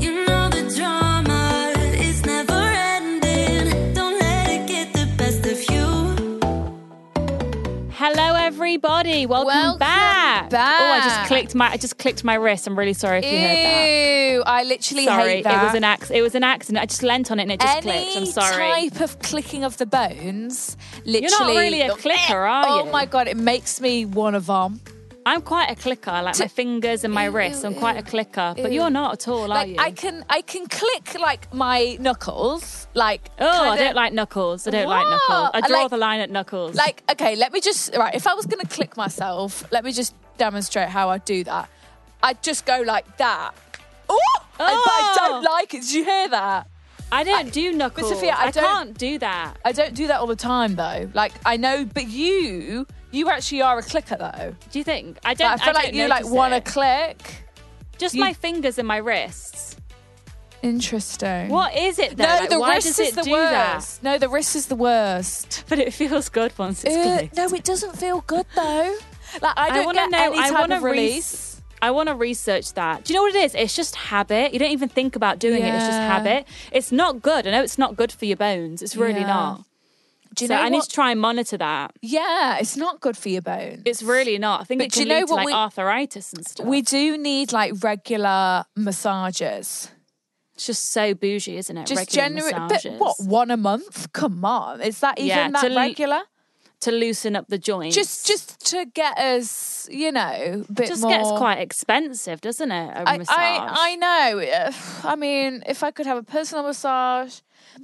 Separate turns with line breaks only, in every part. You know the drama is never ending. Don't let it get the best of you.
Hello, everybody. Welcome,
Welcome
back.
back.
Oh, I just clicked my I just clicked my wrist. I'm really sorry if you heard that.
Ew, I literally
Sorry,
hate that.
it was an acc- It was an accident. I just leant on it and it just
Any
clicked. I'm sorry.
type of clicking of the bones, literally.
not really a clicker, are
Oh
you?
my god, it makes me want to vom.
I'm quite a clicker. I Like my fingers and my wrists. I'm quite a clicker. But you're not at all, are
Like
you?
I can, I can click like my knuckles, like.
oh, I
kinda-
don't like knuckles. I don't like knuckles.
What?
I draw
Like-
the line at knuckles.
Like, okay, let me just right. If I was gonna click myself, let me just demonstrate how I do that. I'd just go like that. Ooh! But I
Oh!
don't like it. Did you hear that?
I don't do knuckles.
Sophia, I don't-
can't do that.
I don't do that all the time though. Like I know, but you, you actually are a clicker though.
Do you think? I don't.
Like, I feel
don't
like you like
notice
want to
it.
click.
Just
you-
my fingers and my wrists.
Interesting.
What is it though?
No,
Like,
the
why
wrist
does
is
it
the
do that?
worst. No, the wrist is the worst.
But it feels good once it's
Uh,
clicked.
no, it doesn't feel good though. Like I don't
wanna
get any type
wanna
of
res-
release.
I want to research that. Do you know what it is? It's just habit. You don't even think about doing it. It's just
Yeah.
habit. It's not good. I know it's not good for your bones. It's really
Yeah.
not.
do you
so
know?
I need
what-
to try and monitor that.
yeah, it's not good for your bones.
It's really not. I think
But
it
do
can
you know
lead to
what
like
we-
arthritis and stuff.
we do need like regular massages.
it's just so bougie, isn't it?
Just
Regular
general, but
massages.
what one a month? Come on, is that even
Yeah,
that
to l-
regular?
to loosen up the joints.
just just to get us, you know, a bit
just
more.
gets quite expensive, doesn't it? A
I,
massage.
I I know. Ugh, I mean, if I could have a personal massage,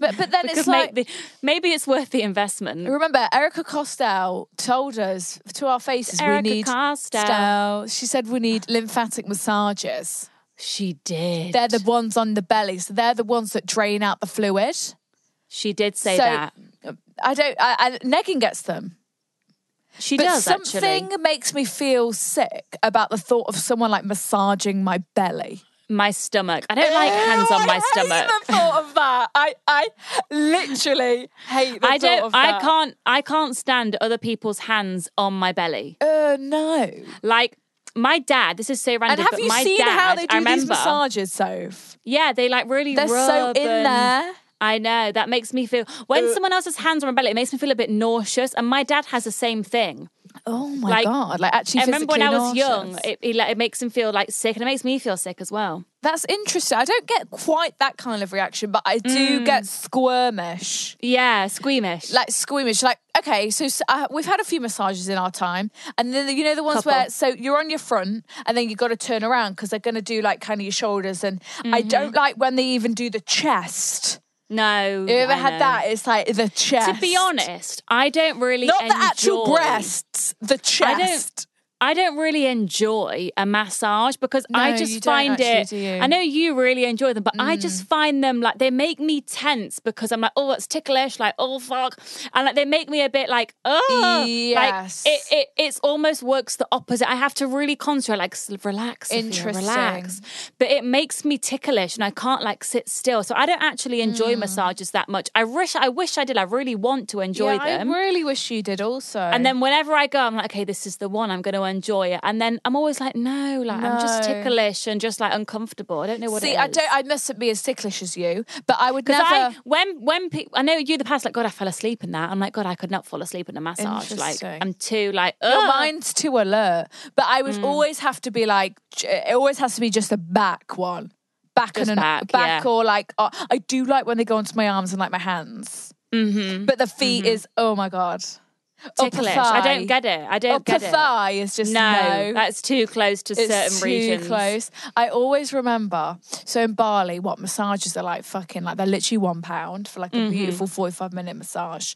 but but then
We
it's
could make
like.
the- maybe it's worth the investment.
Remember, Erica Costell told us to our faces
Erica
we need.
Costell.
Costell, She said we need lymphatic massages.
She did.
They're the ones on the belly, so they're the ones that drain out the fluid.
she did say
so
that.
I don't. I, I, Negan gets them.
She
but
does
something
actually.
makes me feel sick about the thought of someone like massaging my belly.
My stomach. I don't like hands on my
I
stomach.
hate the thought of that. I, I literally hate the
I
thought
don't.
of
I
that.
can't. I can't stand other people's hands on my belly.
Uh, no.
Like my dad. This is so random.
And have
but
you
my
seen
dad,
how they
I
do
remember,
these massages, Soph?
Yeah, they like really.
They're so
rub
in
and-
there. Uh,
I know. That makes me feel. When someone else's hands on my belly, it makes me feel a bit nauseous. And my dad has the same thing.
Oh my
Like,
god! Like actually,
I remember when I
physically
was young,
nauseous.
it, it, like, it makes him feel like sick, and it makes me feel sick as well.
That's interesting. I don't get quite that kind of reaction, but I do
Mm.
get squirmish,
Yeah, squeamish.
like squeamish. Like okay, so, s uh, we've had a few massages in our time, and then you know the ones
Couple.
where so you're on your front, and then you got to turn around because they're going to do like kind of your shoulders, and I
Mm-hmm.
don't like when they even do the chest.
no,
You ever
I
had
know.
that? It's like the chest.
To be honest, I don't really
not the
enjoy,
actual breasts, the
I don't-
chest.
I don't really enjoy a massage because I
No,
just
you don't
find
actually,
it.
do you? Mm.
I know you really enjoy them, but I just find them like they make me tense because I'm like, oh, it's ticklish, like oh fuck, and like they make me a bit like oh,
Yes.
like it, it it's almost works the opposite. I have to really concentrate, like s- relax, Sophia, relax,
Interesting.
but it makes me ticklish and I can't like sit still. So I don't actually
Mm.
enjoy massages that much. I wish I wish I did. I really want to enjoy
yeah,
them.
I really wish you did also.
And then whenever I go, I'm like, okay, this is the one. I'm going to enjoy it. And then I'm always like, no, like I'm just
No.
ticklish and just like uncomfortable. I don't know what it
See,
is.
I don't. I mustn't be as ticklish as you, but I would
because
never.
I when when pe- I know you in the past like God I fell asleep in that I'm like God I could not fall asleep in a massage like
Interesting.
I'm too like
your
ugh.
mind's too alert, but I
Mm.
would always have to be like. It always has to be just a back one, back
Just
and an,
back,
back,
yeah.
or like. Uh, I do like when they go onto my arms and like my hands, mm-hmm. but the feet is oh my god.
Mm-hmm. ticklish. I don't
pathai.
get it. I
Or
don't get it.
pathai is just
No,
no.
that's too close to
it's
certain
too
regions.
close. I always remember. So in Bali, what massages are like fucking like they're literally one pound for
Mm-hmm.
like a beautiful forty-five minute massage.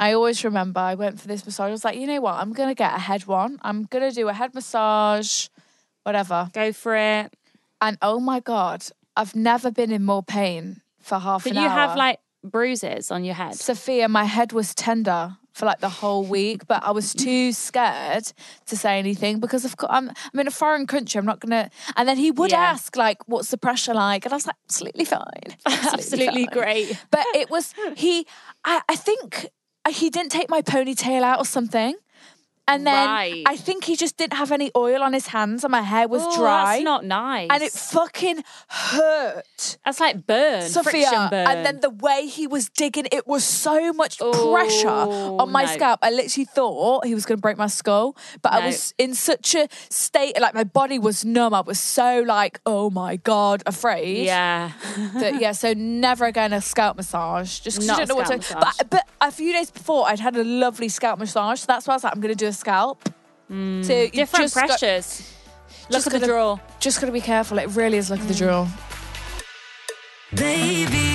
I always remember I went for this massage. I was like, you know what? I'm gonna get a head one. I'm gonna do a head massage, whatever.
Go for it.
And oh my god, I've never been in more pain for half
But
an
you
hour.
have like bruises on your head.
Sophia, my head was tender for like the whole week, but I was too scared to say anything because of course I'm, I'm in a foreign country. I'm not gonna. And then he would
Yeah.
ask like, "What's the pressure like?" And I was like, "Absolutely fine,
Absolutely
fine."
great.
But it was he. I, I think he didn't take my ponytail out or something. And then
Right.
I think he just didn't have any oil on his hands, and my hair was
Oh,
dry.
That's not nice.
and it fucking hurt.
that's like burn, friction
Sophia,
burn.
and then the way he was digging, it was so much pressure
Oh,
on my
no.
scalp. I literally thought he was going to break my skull, but I
No.
was in such a state, like my body was numb. I was so like, oh my god, afraid.
yeah,
That, yeah. So never again a scalp massage. Just 'cause
Not
you
a
don't know what to.
scalp massage.
But, but a few days before, I'd had a lovely scalp massage, so that's why I was like, I'm going to do a scalp. so you
Hmm. different
just got-
pressures. Look
just
at the Hmm.
gotta-
draw.
Just got to be careful. It really is look at the drill.
Baby,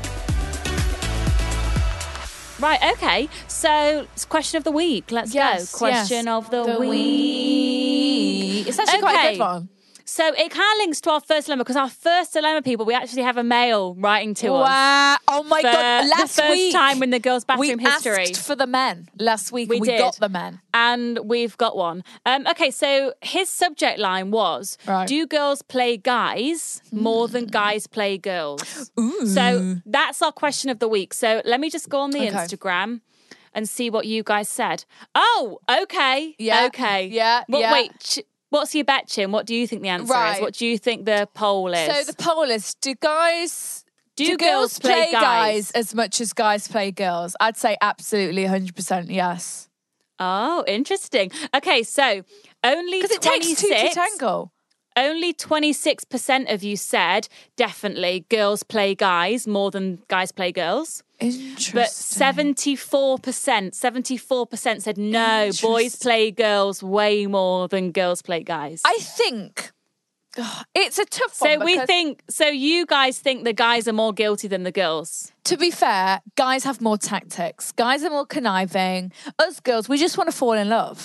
Right, okay. So it's question of the week. Let's
Yes,
go. Question
yes.
of the,
The
week.
It's actually quite a
Okay.
good one.
So it kind of links to our first dilemma because our first dilemma, people, we actually have a male writing to us.
Wow. Oh my
for
god.
the
Last
first
week
time in the girls'
we
bathroom history.
asked for the men last week.
We
and we
did.
got the men.
and we've got one. Um, okay, so his subject line was
Right. Hmm.
Do girls play guys more than guys play girls? So that's our question of the week. So let me just go on the
Okay.
Instagram and see what you guys said. Oh, okay.
Yeah,
Okay.
yeah,
What,
yeah.
Wait, ch- what's your bet, Chin? What do you think the answer is?
Right.
What do you think the poll is?
So the poll is: Do guys?
Do girls play guys?
as much as guys play girls? I'd say absolutely 100% yes.
oh, interesting. Okay, so only
Because it takes two to
26
tango.
only 26% of you said definitely girls play guys more than guys play girls.
Interesting.
But 74%, 74% said no, boys play girls way more than girls play guys.
I think Ugh, it's a tough one.
so we
because,
think, so you guys think the guys are more guilty than the girls.
to be fair, guys have more tactics. Guys are more conniving. Us girls, we just want to fall in love.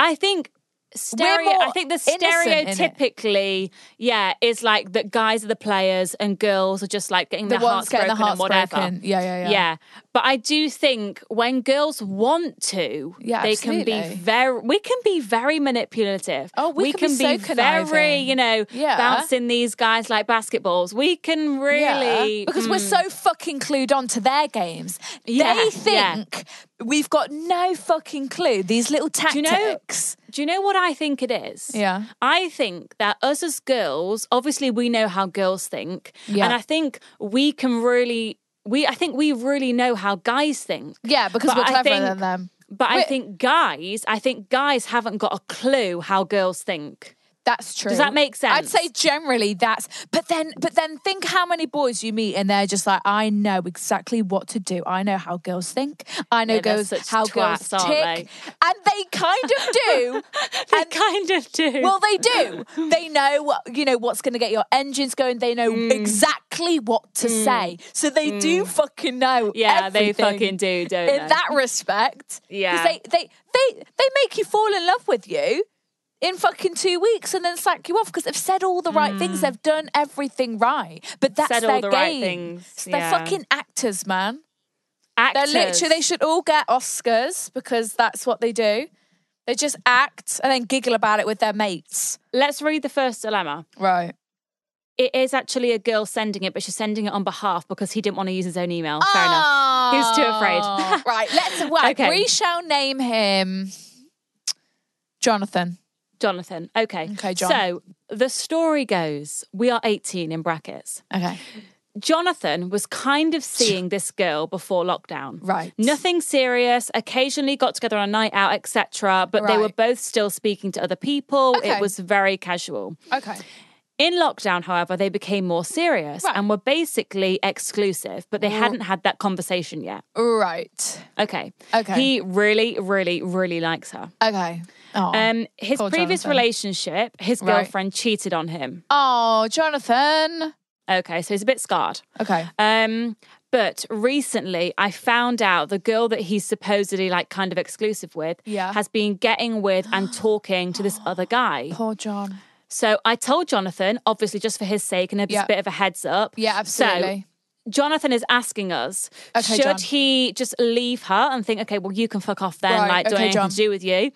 I think. Stereo, I
more
think the
innocent in it.
stereotypically, yeah, is like that guys are the players and girls are just like getting
The
their
ones
hearts
getting
broken
their
and
hearts
whatever.
broken. Yeah, yeah,
Yeah.
yeah.
But I do think when girls want to,
Yeah,
they can be
absolutely.
very we can be very manipulative.
Oh, we can be so
very,
conniving.
you know,
Yeah.
bouncing these guys like basketballs. We can really Hmm.
Yeah, because we're so fucking clued on to their games.
Yeah,
they
yeah.
think we've got no fucking clue. These little
you know-
tactics.
Do you know what I think it is?
Yeah.
I think that us as girls, obviously we know how girls think.
Yeah.
And I think we can really we I think we really know how guys think.
Yeah, because
But
we're
I
cleverer
think-
than them.
But I
We're-
think guys, I think guys haven't got a clue how girls think.
That's true.
that make
I'd
sense?
say generally that's. But then, but then think how many boys you meet and they're just like, I know exactly what to do. I know how girls think. I know
Yeah, they're
girls
such
how
twats,
girls
aren't
tick, and they kind of do.
They
and
kind of do.
Well, they do. They know what you know what's going to get your engines going. They know
Mm.
exactly what to say. So they do fucking know.
Yeah, they
everything
fucking do, don't
in
they?
that respect, 'Cause
Yeah.
they they they they make you fall in love with you in fucking two weeks and then sack you off because they've said all the right things. They've done everything right, but that's
Mm. Said all
their
the
game.
right things,
So They're
yeah.
fucking actors, man.
Actors.
They're literally they should all get Oscars because that's what they do. They just act and then giggle about it with their mates.
Let's read the first dilemma.
Right.
It is actually a girl sending it, but she's sending it on behalf because he didn't want to use his own email. Fair enough. He was too
Oh.
afraid.
right, let's whack.
Okay.
We shall name him Jonathan.
Jonathan. Okay.
Okay, John.
So the story goes we are 18 in brackets.
Okay.
Jonathan was kind of seeing this girl before lockdown.
Right.
Nothing serious. Occasionally got together on a night out, etc. But they were
Right.
both still speaking to other people.
Okay.
It was very casual.
Okay.
In lockdown, however, they became more serious
Right.
and were basically exclusive, but they hadn't had that conversation yet.
Right.
Okay.
Okay.
He really, really, really likes her.
Okay. Oh.
Um, his
Poor
previous
Jonathan.
relationship, his
Right.
girlfriend cheated on him.
oh, Jonathan. Uh,
Okay, so he's a bit scarred.
Okay.
Um, but recently, I found out the girl that he's supposedly like kind of exclusive with
Yeah.
has been getting with and talking to this other guy.
Poor John.
So I told Jonathan, obviously, just for his sake and a
Yeah.
bit of a heads up.
Yeah, absolutely.
So Jonathan is asking us,
Okay,
should
John.
he just leave her and think, okay, well, you can fuck off then,
Right,
like, don't
okay,
have anything
John.
to do with you?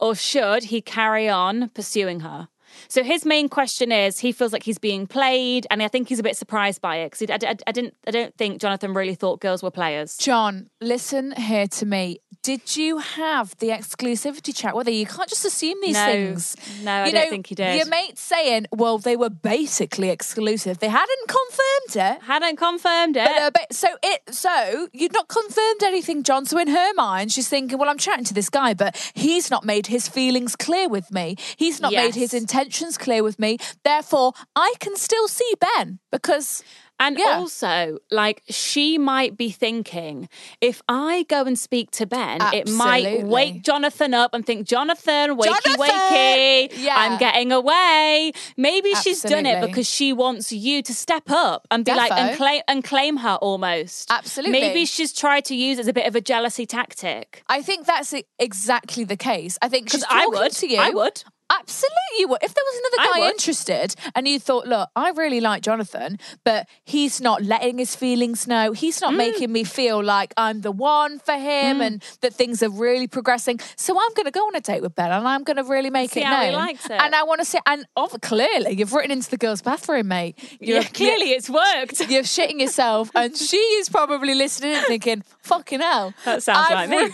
Or should he carry on pursuing her? So his main question is, he feels like he's being played, and I think he's a bit surprised by it because I, I- I didn't, I don't think Jonathan really thought girls were players.
John, listen here to me. Did you have the exclusivity chat with her? You can't just assume these
No.
things.
No, I
you
don't
know,
think he did.
Your mate's saying, well, they were basically exclusive. They hadn't confirmed it.
Hadn't confirmed it.
But, uh, but so it so you'd not confirmed anything, John. So in her mind, she's thinking, "Well, I'm chatting to this guy, but he's not made his feelings clear with me. He's not made his
Yes.
intentions clear with me. Therefore, I can still see Ben because
And
Yeah.
also, like, she might be thinking, if I go and speak to Ben, it might
Absolutely.
wake Jonathan up and think, Jonathan, wakey,
Jonathan!
wakey,
Yeah.
I'm getting away. Maybe she's done it
Absolutely.
because she wants you to step up and be like, and
Defo.
claim, and claim her almost.
Absolutely.
Maybe she's tried to use it as a bit of a jealousy tactic.
I think that's e- exactly the case. I think she's
Because I
talking
would.
to you.
I would.
Absolutely, you would. If there was
I
another guy
would.
interested and you thought, look, I really like Jonathan, but he's not letting his feelings know. He's
Mm.
not making me feel like I'm the one for him and that things are really progressing. So I'm going to go on a date with Ben and I'm going to really make
See
it
how
known.
he likes it.
And I want to say, and oh, clearly, you've written into the girls' bathroom, mate. You're
yeah, clearly it's worked.
You're shitting yourself, and she is probably listening and thinking, "Fucking hell,
That sounds like me.
re-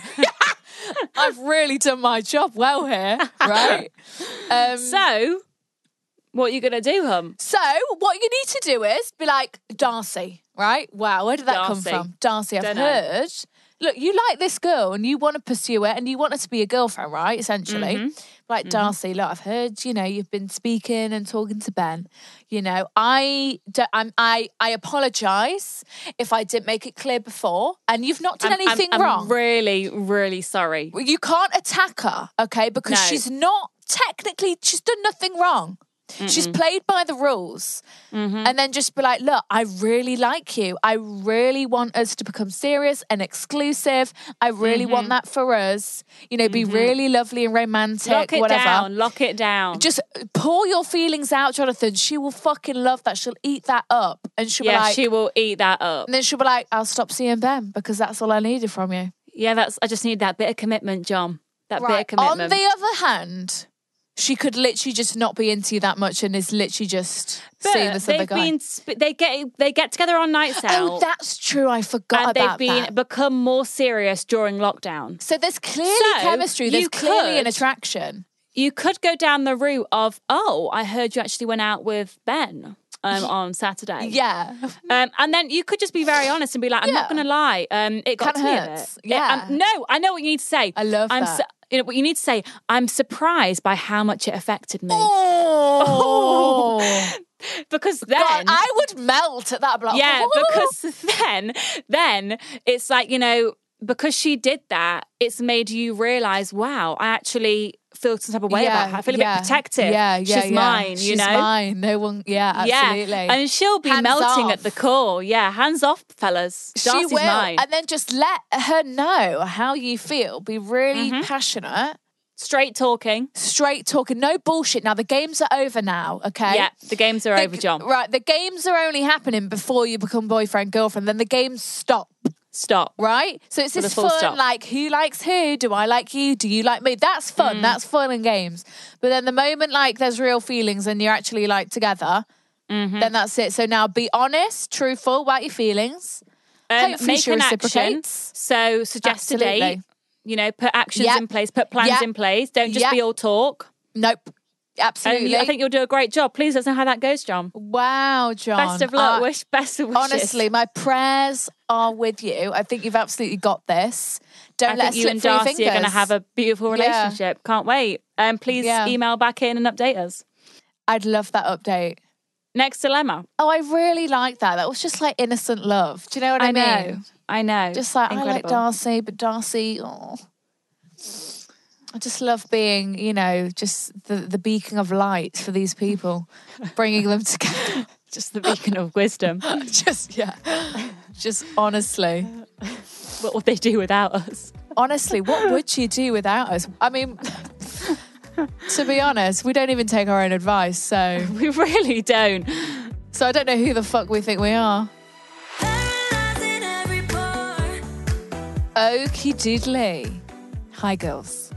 I've really done my job well here, right?" Um,
so, what are you going to do, hum?
so what you need to do is be like Darcy, right? Wow, where did that
Darcy.
come from? Darcy, I've
Dunno.
heard. Look, you like this girl and you want to pursue it and you want her to be a girlfriend, right? Essentially.
Mm-hmm.
Like Darcy, look, I've heard, you know, you've been speaking and talking to Ben. You know, I don't, I'm, I I apologize if I didn't make it clear before and you've not done
I'm- I'm-
anything
I'm
wrong.
really, really sorry.
Well, you can't attack her, okay? Because
No.
she's not technically, she's done nothing wrong. She's played by the rules.
Mm-hmm.
And then just be like, look, I really like you. I really want us to become serious and exclusive. I really want
Mm-hmm.
that for us. You know, be really lovely and romantic,
Lock it
whatever.
down. Lock it down.
Just pour your feelings out, Jonathan. She will fucking love that. She'll eat that up. And she'll
yeah,
be like,
she will eat that up.
and then she'll be like, I'll stop seeing Ben because that's all I needed from you.
Yeah, that's. I just need that bit of commitment, John. That bit of
On
commitment.
the other hand, she could literally just not be into you that much and is literally just seeing
But
this other
they've
guy.
been. Sp- they get. They get together on nights out.
oh, that's true. I forgot
and they've
about
been
that.
become more serious during lockdown.
So there's clearly
So,
chemistry.
you
There's clearly an
could-
attraction.
You could go down the route of, oh, I heard you actually went out with Ben um, on Saturday.
Yeah.
Um, and then you could just be very honest and be like, I'm not
Yeah.
going to lie. Um, it got
Kinda
to me a
hurts.
bit. It- um,
Yeah.
no, I know what you need to say.
I love
I'm
that.
su- you know what you need to say. I'm surprised by how much it affected me
Oh,
because then
God, I would melt at that. I'd be like,
yeah,
"Whoa."
because then then it's like you know because she did that, it's made you realize, wow, I actually feel some type of way about her. I feel a
yeah,
bit protective.
Yeah, yeah,
she's
yeah.
mine. You
She's
know.
mine. No one. Yeah, absolutely.
Yeah, and she'll be
Hands
melting at
off.
the core. Yeah, hands off, fellas. Darcy's
she will,
mine.
and then just let her know how you feel. Be really
Mm-hmm.
passionate.
Straight talking.
straight talking, no bullshit. Now the games are over now, okay?
Yeah, the games are
The-
over, John.
Right, the games are only happening before you become boyfriend girlfriend. Then the games stop,
Stop.
right? So it's
With a
this
full
fun,
stop.
like who likes who? Do I like you? Do you like me? That's
Mm.
fun. That's fun and games. But then the moment like there's real feelings and you're actually like together,
Mm-hmm.
then that's it. So now be honest, truthful about your feelings.
Um,
Hopefully
make
she
an action.
reciprocates.
So suggest a
Absolutely.
date. You know, put actions
Yep.
in place, put plans
Yep.
in place. Don't just
Yep.
be all talk.
Nope.
And
Absolutely.
you, I think you'll do a great job. Please let us know how that goes, John.
wow, John.
Best of luck.
I-
Wish best of wishes.
Honestly, my prayers are with you. I think you've absolutely got this. Don't
I
let
think
us
you
slip
and
through your
Darcy are going to
fingers.
have a beautiful
Yeah.
relationship. Can't wait. Um, please
Yeah.
email back in and update us.
I'd love that update.
Next dilemma.
Oh, I really like that. That was just like innocent love. Do you know what I, mean?
know. I know.
Just like I like
Incredible.
Darcy, but Darcy, oh, I just love being, you know, just the the beacon of light for these people, bringing them together.
Just the beacon of wisdom. what
just yeah, just honestly,
would they do without us?
honestly, what would you do without us? I mean. To be honest, we don't even take our own advice, so
We really don't.
so I don't know who the fuck we think we are.
Paralyzing every pore.
Okie doodly. Hi, girls.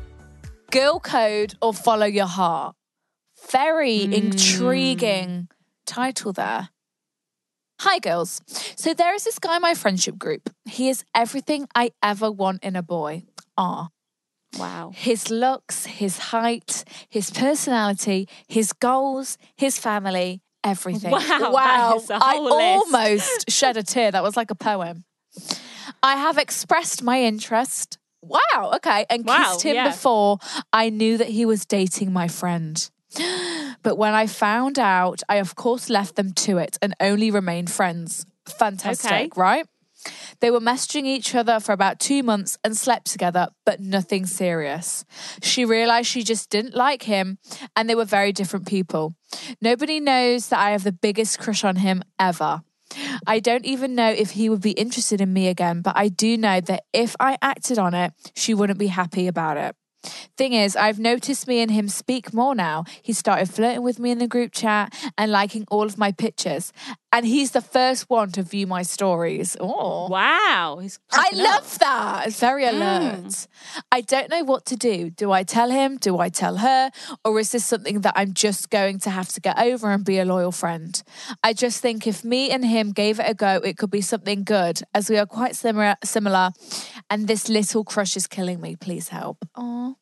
Girl code or follow your heart? Very intriguing title there. Hi, girls. So there is this guy in my friendship group. He is everything I ever want in a boy. Ah.
Wow.
His looks, his height, his personality, his goals, his family, everything.
Wow, that is a
I
whole list.
almost shed a tear. That was like a poem. I have expressed my interest. Wow, okay, and
Wow,
kissed him
yeah.
before I knew that he was dating my friend. But when I found out, I of course left them to it and only remained friends. Fantastic,
Okay.
right? They were messaging each other for about two months and slept together, but nothing serious. She realized she just didn't like him and they were very different people. Nobody knows that I have the biggest crush on him ever. I don't even know if he would be interested in me again, but I do know that if I acted on it, she wouldn't be happy about it. Thing is, I've noticed me and him speak more now. He started flirting with me in the group chat and liking all of my pictures. And he's the first one to view my stories. Oh.
Wow. He's
I
cracking up.
love that. It's very
Mm.
alert. I don't know what to do. Do I tell him? Do I tell her? Or is this something that I'm just going to have to get over and be a loyal friend? I just think if me and him gave it a go, it could be something good, as we are quite similar. Similar, and this little crush is killing me. Please help. Oh,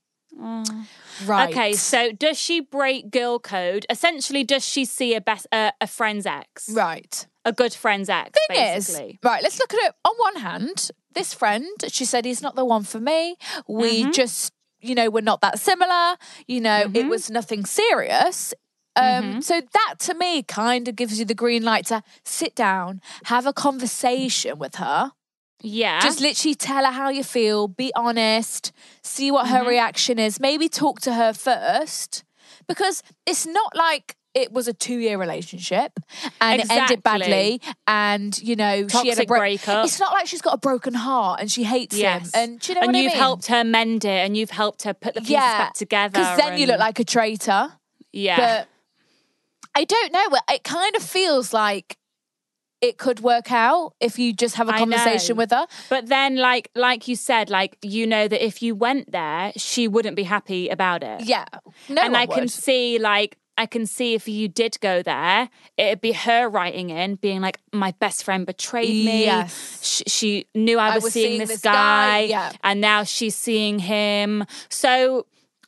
right.
Okay, so does she break girl code? Essentially, does she see a best uh, a friend's ex,
right.
a good friend's ex?
thing
basically.
is, right, let's look at it. On one hand, this friend, she said, he's not the one for me. We just, you know, we're not that similar. You know, it was nothing serious. Um, So that to me kind of gives you the green light to sit down, have a conversation with her.
yeah,
Just literally tell her how you feel, be honest, see what
Mm-hmm.
her reaction is. Maybe talk to her first because it's not like it was a two year relationship and it ended badly
Exactly.
and, you know, she had a
Toxic
break-
breakup.
It's not like she's got a broken heart and she hates
yes,
him. And do you know
and
what
you've
I mean?
helped her mend it, and you've helped her put the pieces
yeah,
back together.
Because then you look
and-
like a traitor.
yeah,
But I don't know. It kind of feels like it could work out if you just have a
I
conversation
know.
with her.
But then, like, like you said, like you know that if you went there, she wouldn't be happy about it.
Yeah. No
and
one
I can
would.
see, like, I can see if you did go there, it'd be her writing in, being like, "My best friend betrayed me.
Yes.
Sh- She, knew I was, seeing, this, guy,
guy, yeah.
and now she's seeing him." So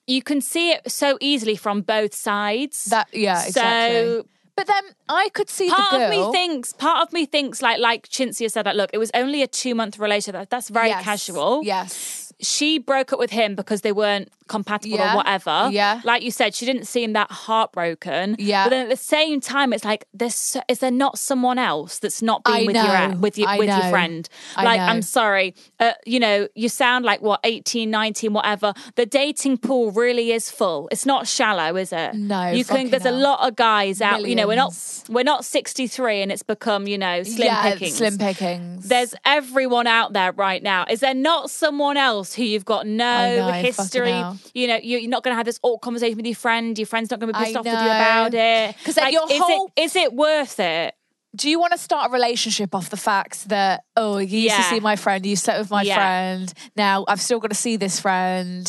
you can see it so easily from both sides.
That yeah, exactly.
So
But then I could see
part
the
of
girl.
me thinks part of me thinks like like Chintzia said that look it was only a two month relationship that's very
Yes,
casual
Yes.
she broke up with him because they weren't compatible
Yeah,
or whatever
yeah.
like you said she didn't seem that heartbroken
Yeah.
but then at the same time it's like there's so- is there not someone else that's not being
I
with your
know,
a- with your
I
with
know,
your friend
I
like
know.
I'm sorry uh, you know you sound like what 18 19 whatever the dating pool really is full it's not shallow is it
No,
you
fucking
can there's
hell.
a lot of guys out you know we're not
Millions.
we're not 63 and it's become you know slim
yeah,
pickings
slim pickings.
there's everyone out there right now. Is there not someone else who you've got
I know,
no
fucking
history?
hell.
You know, you- you're not going to have this awkward conversation with your friend. Your friend's not going to be
I
pissed off with you
know.
about it.
'Cause then your
is
whole-
it is it worth it?
Do you want to start a relationship off the fact that oh you used to
Yeah.
see my friend, you slept with my
Yeah.
friend, now I've still got to see this friend.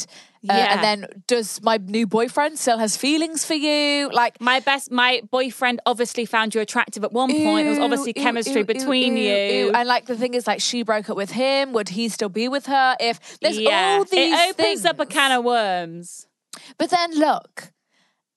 Uh,
Yeah.
And then does my new boyfriend still has feelings for you? Like
My best, my boyfriend obviously found you attractive at one point. there was
Ew,
obviously
ew,
chemistry
ew,
between
ew,
you.
ew. And like the thing is, like she broke up with him. Would he still be with her? If there's
yeah,
all these,
it opens
things.
up a can of worms.
But then look,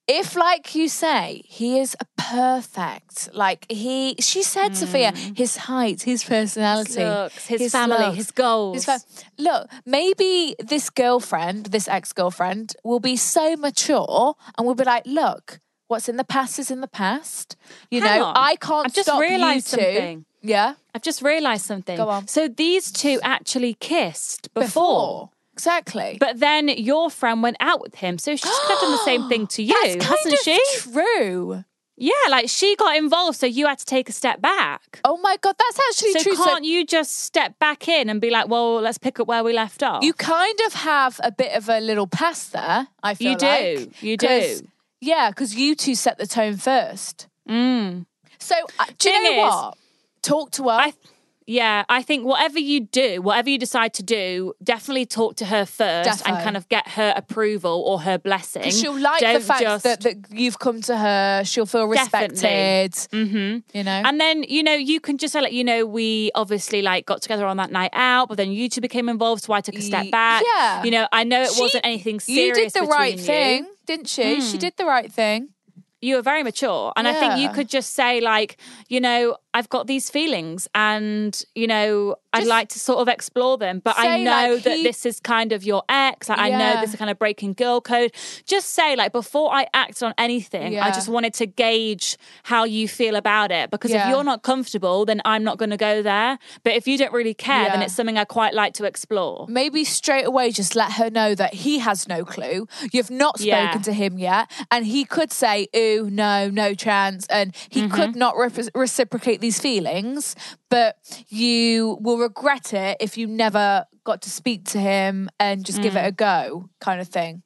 if like you say he is perfect like he she said sophia his height his personality
Hmm. looks, his family, his goals.
his look maybe this girlfriend this ex-girlfriend will be so mature and will be like look what's in the past is in the past you
Hang
know
on.
i can't
I've just
stop
realised
you two.
something.
yeah
I've just realised something.
Go on.
So these two actually kissed before.
exactly
But then your friend went out with him, so she's kind of done the same thing to you,
That's kind
hasn't
of
she?
true
yeah, like she got involved, so you had to take a step back.
oh my god that's actually
So
true So-
can't you just step back in and be like, "Well, let's pick up where we left off"?
You kind of have a bit of a little past there. I feel
You do.
like.
You
'Cause-
do.
Yeah, because you two set the tone first. So uh, do you
Mm. Thing
know
is-
what? Talk to her.
I, yeah, I think whatever you do, whatever you decide to do, definitely talk to her first
Defo.
and kind of get her approval or her blessing.
'Cause she'll like the
Don't
fact
just-
that, that you've come to her. She'll feel
Definitely.
respected. Mm-hmm. You know.
And then, you know, you can just say, like, you know, we obviously like got together on that night out, but then you two became involved, so I took a
Y-
step back.
yeah.
You know, I know it
She-
wasn't anything
you
serious.
did the
between
right
you. Mm.
thing, didn't she? She did the right thing.
You were very mature. And I think you
Yeah.
could just say, like, you know, I've got these feelings and, you know, I'd
Just
like to sort of explore them. But I
say,
know
like,
that
he-
this is kind of your ex. I, I know
Yeah.
this is kind of breaking girl code. Just say, like, before I act on anything, I
Yeah.
just wanted to gauge how you feel about it. Because if
Yeah.
you're not comfortable, then I'm not going to go there. But if you don't really care, then
Yeah.
it's something I quite like to explore.
Maybe straight away just let her know that he has no clue. You've not spoken
Yeah.
to him yet. And he could say, ooh, no, no chance. And he
Mm-hmm.
could not repro- reciprocate these feelings. But you will regret it if you never got to speak to him and just
Mm.
give it a go, kind of thing.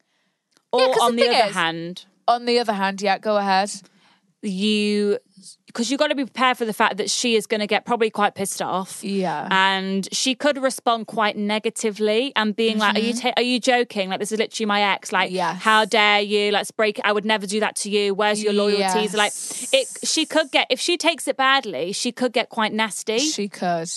Or
'cause the
on the,
thing
other
is-
hand,
On the other hand, yeah, go ahead.
you because you've got to be prepared for the fact that she is going to get probably quite pissed off.
Yeah.
And she could respond quite negatively and being like, "Are you ta- are you joking? Like this is literally my ex. Like,
Mm-hmm. Yes.
how dare you? Let's break. I would never do that to you. Where's your loyalties? Like, it. She could get if she takes it badly, she could get quite nasty,
She could.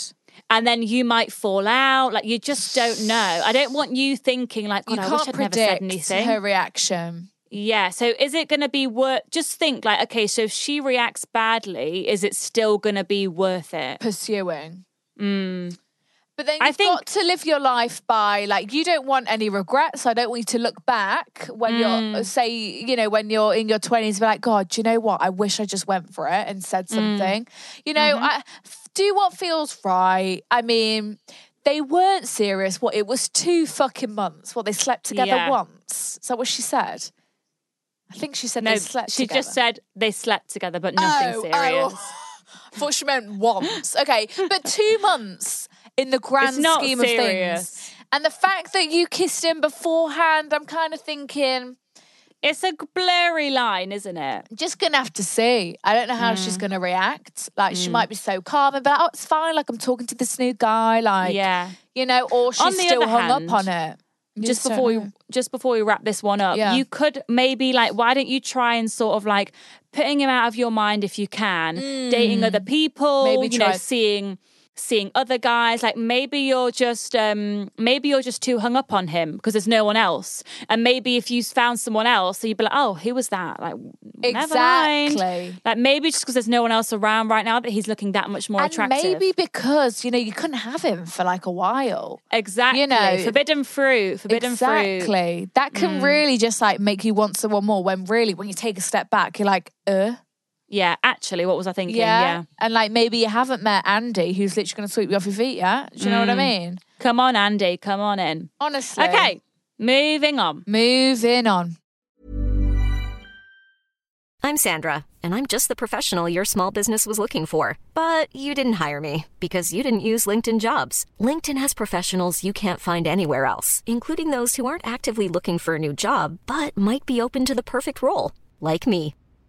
and then you might fall out. Like you just don't know. I don't want you thinking like, God,
you
I wish
can't
I'd never said
predict
anything.
her reaction.
Yeah. So is it going to be worth? Just think like, okay, so if she reacts badly, is it still going to be worth it? Mm.
pursuing. But then you've
I think-
got to live your life by like you don't want any regrets. I don't want you to look back when
Mm.
you're uh, say you know when you're in your twenties, be like, God, do you know what? I wish I just went for it and
Mm.
said something. You know,
Mm-hmm.
I f- do what feels right. I mean, they weren't serious. What it was two fucking months. What they slept together
Yeah.
once. Is that what she said? I think she said
No,
they slept.
she
together.
just said they slept together, but nothing
Oh,
serious.
Oh. Thought she meant once. Okay, but two months in the grand
It's not
scheme of
serious.
things. And the fact that you kissed him beforehand, I'm kind of thinking,
It's a blurry line, isn't it?
just gonna have to see. I don't know how
Mm.
she's gonna react. Like she might be so calm and be like, oh, it's fine. Like I'm talking to this new guy. Like,
Yeah.
you know, or she's
On the
still
other
hung
hand,
up on it. You
Just
don't
before we
know.
just before we wrap this one up,
Yeah.
you could maybe like why don't you try and sort of like putting him out of your mind if you can, dating other people,
Mm. Maybe
you know,
try-
seeing seeing other guys like maybe you're just um maybe you're just too hung up on him because there's no one else and maybe if you found someone else so you'd be like oh who was that like never mind.
Exactly.
like maybe just because there's no one else around right now that he's looking that much more
and
attractive
maybe because you know you couldn't have him for like a while.
Exactly.
know,
forbidden fruit. Mm. Forbidden fruit.
exactly. That can really just like make you want someone more when really when you take a step back, you're like, uh
Yeah. Actually, what was I
yeah.
thinking? Yeah.
And like maybe you haven't met Andy who's literally gonna sweep you off your feet, yeah? Do you know what I
Mm.
mean?
Come on, Andy. Come on in.
Honestly.
Okay. Moving on.
Moving on.
I'm Sandra, and I'm just the professional your small business was looking for. But you didn't hire me because you didn't use LinkedIn jobs. LinkedIn has professionals you can't find anywhere else, including those who aren't actively looking for a new job but might be open to the perfect role, like me.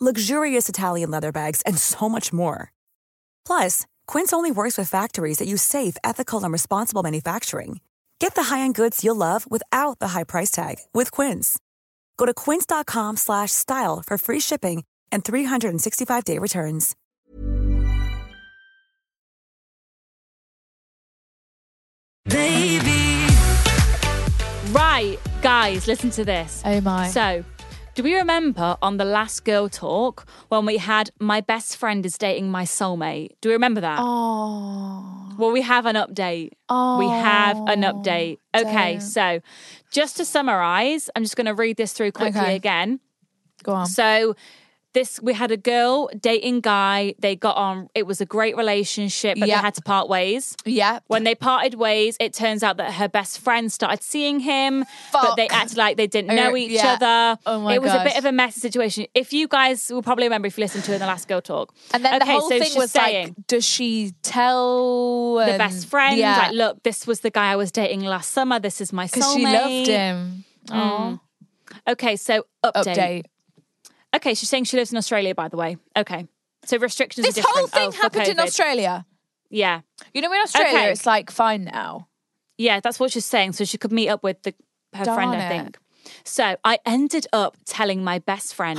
luxurious Italian leather bags, and so much more. Plus, Quince only works with factories that use safe, ethical, and responsible manufacturing. Get the high-end goods you'll love without the high price tag with Quince. Go to quince.com/style slash style for free shipping and 365-day returns.
Baby,
Right, guys, listen to this.
Oh my.
So, do we remember on the last girl talk when we had my best friend is dating my soulmate? Do we remember that?
oh.
Well, we have an update. we have an update. Okay, so just to summarize, I'm just going to read this through quickly
Okay.
again.
Go on.
So this we had a girl dating guy. They got on. It was a great relationship, but
Yeah.
they had to part ways.
yeah.
When they parted ways, it turns out that her best friend started seeing him, but they
Fuck.
acted like they didn't
Oh,
know each
yeah.
other.
Oh my
it was a
gosh.
bit of a messy situation. If you guys will probably remember if you listened to it in the last girl talk.
and then
okay,
the whole
so
thing
she's
was
saying,
like, does she tell
the
and-
best friend,
Yeah.
like, look, this was the guy I was dating last summer. This is my
because
soulmate.
she loved him. Oh,
Okay, so update.
update.
Okay, she's saying she lives in Australia, by the way. Okay, so restrictions.
This
are
whole
different.
thing
Oh, for
happened in
COVID.
Australia.
Yeah,
You know, in Australia,
Okay.
it's like fine now.
yeah, that's what she's saying. So she could meet up with the, her friend,
Darn
I
it.
think. So I ended up telling my best friend.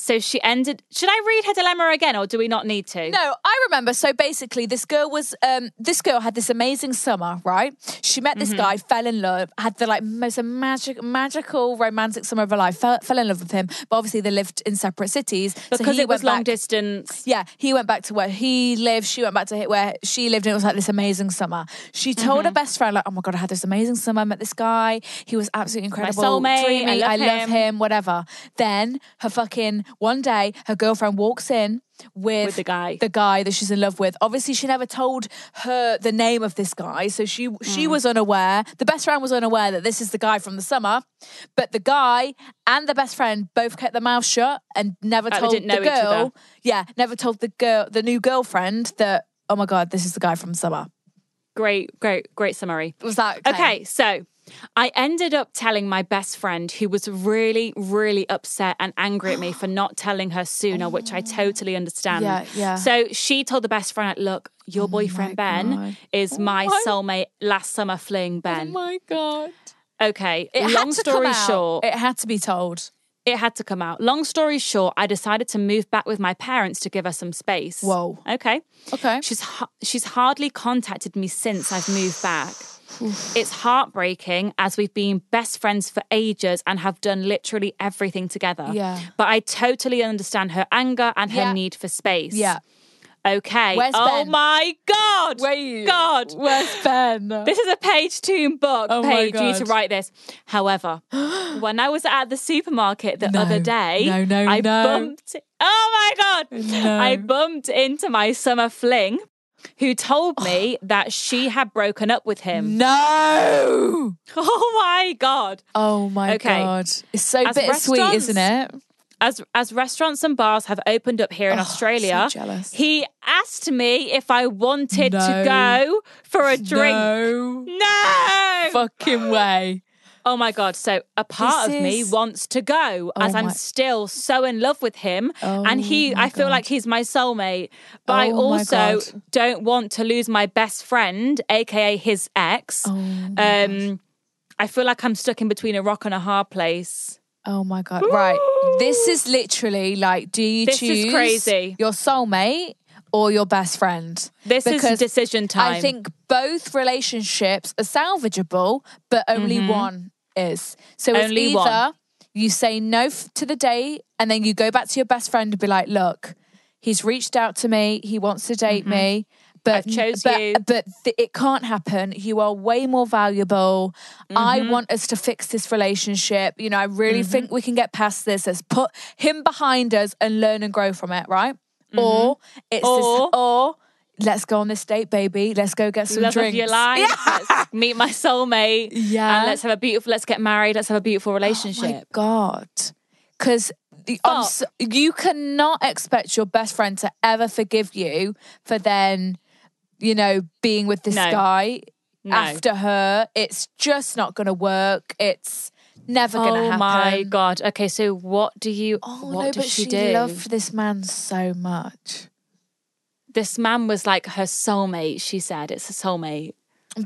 so she ended. Should I read her dilemma again, or do we not need to?
No, I remember. So basically, this girl was um, this girl had this amazing summer, right? She met
Mm-hmm.
this guy, fell in love, had the like most magic, magical, romantic summer of her life. Fell, fell in love with him, but obviously they lived in separate cities so
because
he
it was
went
long
back-
distance.
Yeah, he went back to where he lived. She went back to hit where she lived, and it was like this amazing summer. She told
Mm-hmm.
her best friend, like, "Oh my god, I had this amazing summer. I met this guy. He was absolutely incredible,
soulmate. I
dreamy.
love
I love
him."
him. whatever." Then her fucking one day, her girlfriend walks in. With,
With the guy.
the guy that she's in love with. Obviously, she never told her the name of this guy, so she
Mm.
she was unaware. The best friend was unaware that this is the guy from the summer, but the guy and the best friend both kept their mouth shut and never
Oh, they
told
didn't know
the
each other.
girl. Yeah, never told the girl, the new girlfriend that. Oh my god, this is the guy from summer.
Great, great, great summary.
Was that okay?
Okay, so I ended up telling my best friend, who was really, really upset and angry at me for not telling her sooner, which I totally understand.
Yeah, yeah. Oh
So she told the best friend, like, "Look, your boyfriend Ben
God. Oh
is my, soulmate. Last summer fling Ben.
my god!
okay.
It
long
had to
story
come out.
short,
it had to be told.
it had to come out. Long story short, I decided to move back with my parents to give her some space.
Whoa.
Okay.
Okay.
She's ha- she's hardly contacted me since I've moved back. it's heartbreaking as we've been best friends for ages and have done literally everything together.
Yeah.
But I totally understand her anger and her
Yeah.
need for space.
Yeah.
Okay.
Where's
oh
Ben?
my God.
Wait.
God.
Where's Ben?
This is a page two in book
Oh my
page. You need
God.
to write this. However, when I was at the supermarket the other day,
No, no,
I
no.
bumped. Oh my God! I bumped into my summer fling, who told me that she had broken up with
Mm.
him.
no.
Oh my God!
Oh my
Okay.
god! It's so
As
bittersweet,
restaurants-
isn't it?
As as restaurants and bars have opened up here in
Oh,
Australia,
so jealous.
he asked me if I wanted to
No.
go for a drink.
No
No!
fucking way.
Oh my God. So a part
This
of me
is- Oh
wants to go as I'm
my-
still so in love with him.
Oh
and he,
my
I feel
God.
like he's my soulmate. But I
Oh my
also
God.
don't want to lose my best friend, AKA his ex.
Oh
um, I feel like I'm stuck in between a rock and a hard place.
Oh my god! Right, this is literally like, do you
This is
choose
crazy.
your soulmate or your best friend?
This is decision
I
time.
think both relationships are salvageable, but only one is. So
Mm-hmm. Only
it's either
one.
you say no f- to the date, and then you go back to your best friend and be like, "Look, he's reached out to me. He wants to date me." But,
Mm-hmm. I've chose
but,
you.
but th- it can't happen. You are way more valuable. I
Mm-hmm.
want us to fix this relationship. You know, I really think we can get past this. Let's put him behind us and learn and grow from it, right? Or it's
Mm-hmm. Or-
this, or let's go on this date, baby. Let's go get some
Love
drinks.
of your life. Let's meet my soulmate.
Yeah.
And let's have a beautiful, let's get married. Let's have a beautiful
Oh my
relationship.
God. Because
But-
you cannot expect your best friend to ever forgive you for then, you know, being with this
No.
guy
No.
after her. It's just not going to work. It's Never gonna
oh
happen.
my god. Okay, so what do you?
Oh
what
no,
does
but
she,
she,
do?
loved this man so much.
This man was like her soulmate. She said it's a soulmate.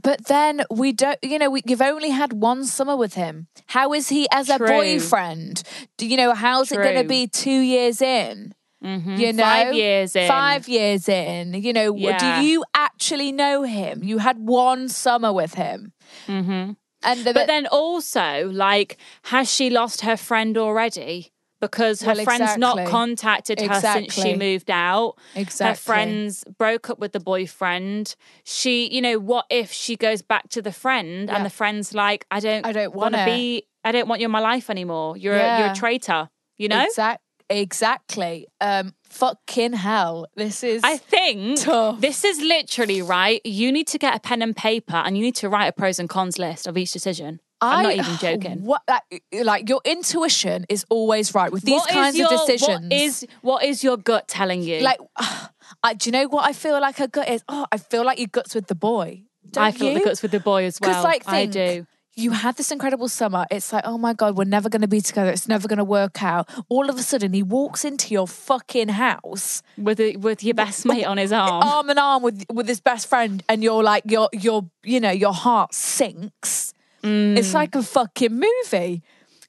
But then we don't, you know, we, you've only had one summer with him. How is he as
True.
a boyfriend? Do you know how's it going
True.
to be two years in?
Mm-hmm.
You know,
five years in.
Five years in. You know, w-
Yeah.
do you actually know him? You had one summer with him,
Mm-hmm.
and the,
But then also, like, has she lost her friend already? Because her
Well,
friend's not
exactly.
contacted her since she
Exactly.
moved out.
exactly
Her friends broke up with the boyfriend. She, you know, what if she goes back to the friend
Yeah.
and the friend's like, I don't,
I don't
wanna
want it.
be, I don't want you in my life anymore. You're, a, you're
Yeah.
a traitor. You know,
Exac- exactly. Um, fucking hell, this is.
I think
Tough.
this is literally right. You need to get a pen and paper and you need to write a pros and cons list of each decision. I'm not
I-
even joking.
What like, like your intuition is always right with these
What is
kinds
your-
of decisions.
What is what is your gut telling you?
like, I, do you know what I feel like her gut is? Oh, I feel like your guts with the boy. Don't
I feel
you?
the guts with the boy as well.
Because like,
I
think,
do.
You had this incredible summer. It's like, oh my god, we're never going to be together. It's never going to work out. All of a sudden, he walks into your fucking house,
With the, with your best mate on his arm.
arm in arm with with his best friend, and you're like, your your you know, your heart sinks.
Mm.
It's like a fucking movie.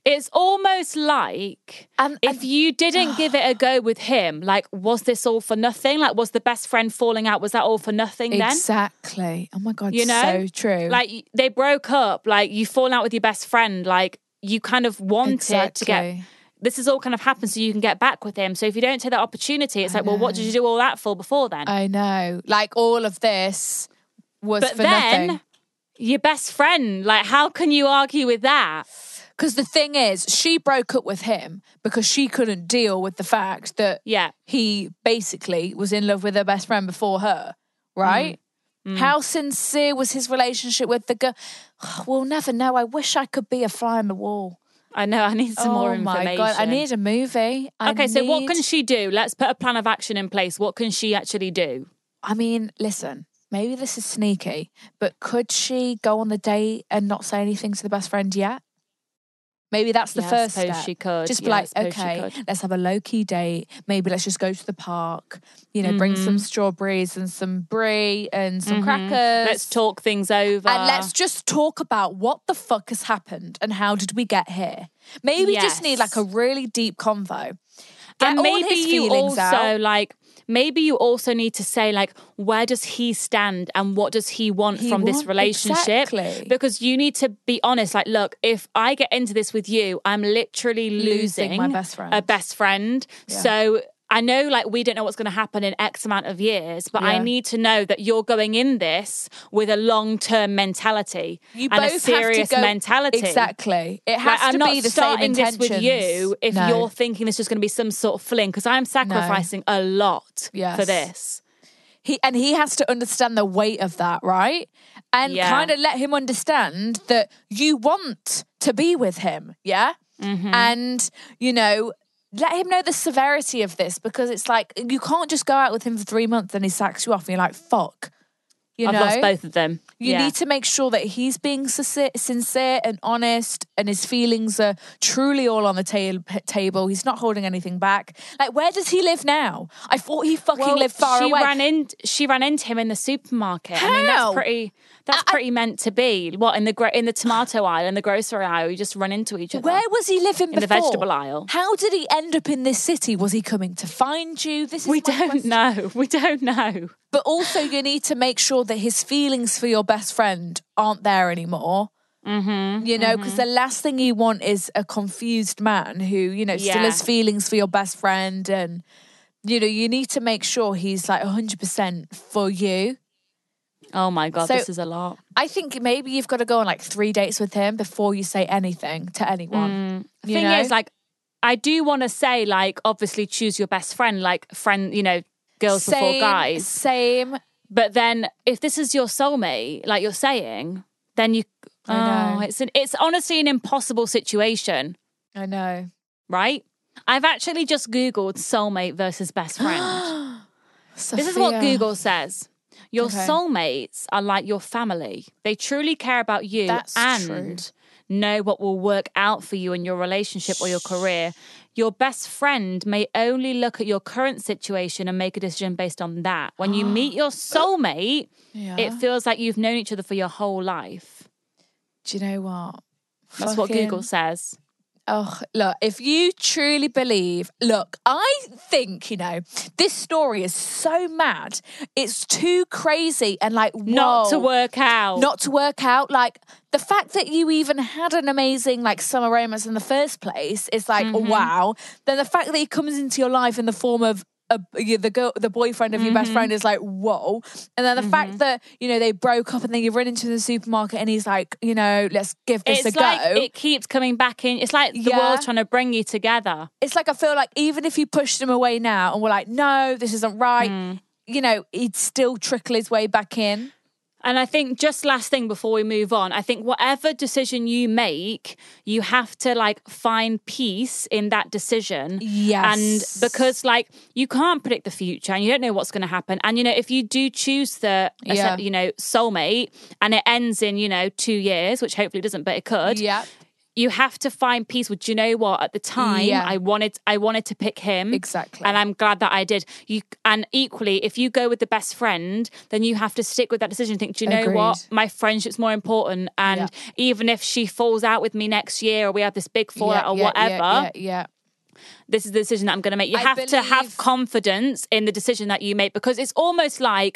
It's almost like
And-
if
and-
you didn't give it a go with him, like was this all for nothing? Like was the best friend falling out? Was that all for nothing then?
Exactly. Oh my god,
You know?
so true.
Like y- they broke up, like you fall out with your best friend, like you kind of wanted to get
Exactly.
this is all kind of happened so you can get back with him. So if you don't take that opportunity, it's like, well, what did you do all that for before then?
I know. Like all of this was
but
for
then
nothing.
your best friend like how can you argue with that
Because the thing is, she broke up with him because she couldn't deal with the fact that
yeah
he basically was in love with her best friend before her, right?
Mm.
How sincere was his relationship with the girl? We'll never know. I wish I could be a fly on the wall.
i know i need some
oh
more information
my god! I need a movie. I
okay so what
need-
can she do let's put a plan of action in place what can she actually do
I mean, listen, maybe this is sneaky, but could she go on the date and not say anything to the best friend yet? Maybe that's the
Yeah, I
first
suppose
step.
she could.
Just be
Yeah, I
like,
suppose she
okay,
could."
let's have a low key date. Maybe let's just go to the park. You know, bring some
Mm-hmm.
strawberries and some brie and some crackers.
let's talk things over
And let's just talk about what the fuck has happened and how did we get here. Maybe we just need like a
Yes.
really deep convo. Get
and
all
maybe
his
you
feelings
also
out.
like maybe you also need to say like where does he stand and what does he want
He
from this
want-
relationship
exactly.
because you need to be honest like look if i get into this with you i'm literally losing,
Losing my best friend.
a best friend so I know, like, we don't know what's going to happen in X amount of years, but I
Yeah.
need to know that you're going in this with a long term mentality
you
and
both
a serious
have to go,
mentality.
Exactly. It has
Like, I'm
to
not
be the
starting
same
this with you
intentions.
if
No.
you're thinking this is going to be some sort of fling because I'm sacrificing a lot
Yes.
for this.
he and he has to understand the weight of that, right? And
Yeah.
kind of let him understand that you want to be with him, yeah?
Mm-hmm.
And you know, let him know the severity of this because it's like you can't just go out with him for 3 months and he sacks you off and you're like, "Fuck." You
I've
know?
lost both of them.
You
Yeah.
need to make sure that he's being sincer- sincere and honest, and his feelings are truly all on the ta- table. He's not holding anything back. Like, where does he live now? I thought he fucking
Well,
lived far
she
away.
Ran in, she ran into him in the supermarket. I mean, that's
How?
pretty. That's
I- I-
pretty meant to be. What in the gro- in the tomato aisle, in the grocery aisle, you just run into each other.
where was he living
in
before?
the vegetable aisle?
How did he end up in this city? Was he coming to find you? This is
we
my
don't
question.
know. We don't know.
But also, you need to make sure that his feelings for your best friend aren't there anymore. Mm-hmm, you know, because the last thing you want is a confused man who, you know, still
Yeah.
has feelings for your best friend. And, you know, you need to make sure he's like 100% for you.
Oh my god,
So-
this is a lot.
I think maybe you've got to go on like three dates with him before you say anything to anyone.
The
you
Mm. thing
know?
is, like, I do want to say, like, obviously choose your best friend, like, friend, you know, girls before
Same-
guys.
Same.
But then, if this is your soulmate, like you're saying, then you.
I
oh,
know.
it's an, it's honestly an impossible situation,
I know.
right? I've actually just googled soulmate versus best friend. this is what
Sophia.
Google says. Your
Okay.
soulmates are like your family. They truly care about you
That's
and know what will work out for you in your relationship or your career. Your best friend may only look at your current situation and make a decision based on that. When you meet your soulmate, it feels like you've known each other for your whole life.
Do you know what?
That's what
Fucking-
Google says.
Oh, look, if you truly believe, look, I think, you know, this story is so mad. It's too crazy and like,
Not to
whoa,
work out.
Not to work out. Like, the fact that you even had an amazing, like, summer romance in the first place is like,
Mm-hmm.
wow. Then the fact that he comes into your life in the form of, a, you- the girl, the boyfriend of your
Mm-hmm.
best friend is like whoa, and then the fact that you know they broke up, and then you run into the supermarket, and he's like, you know, let's give this
it's
a go.
like it keeps coming back in. It's like the
Yeah.
world's trying to bring you together.
it's like I feel like even if you pushed him away now and were like, no, this isn't right,
Mm.
you know, he'd still trickle his way back in.
And I think just last thing before we move on, I think whatever decision you make, you have to like find peace in that decision.
Yes.
And because like you can't predict the future and you don't know what's going to happen. And you know, if you do choose the
Yeah.
you know, soulmate and it ends in, you know, 2 years, which hopefully it doesn't, but it could.
Yeah,
You have to find peace with do you know what at the time
Yeah.
I wanted I wanted to pick him.
Exactly.
And I'm glad that I did. You and equally, if you go with the best friend, then you have to stick with that decision. Think, do you know what?
Agreed.
My friendship's more important. And
Yeah.
even if she falls out with me next year, or we have this big fallout,
yeah,
or
yeah,
whatever,
Yeah, yeah, yeah.
this is the decision that I'm going to make. You
I
have to have
believe-
confidence in the decision that you make because it's almost like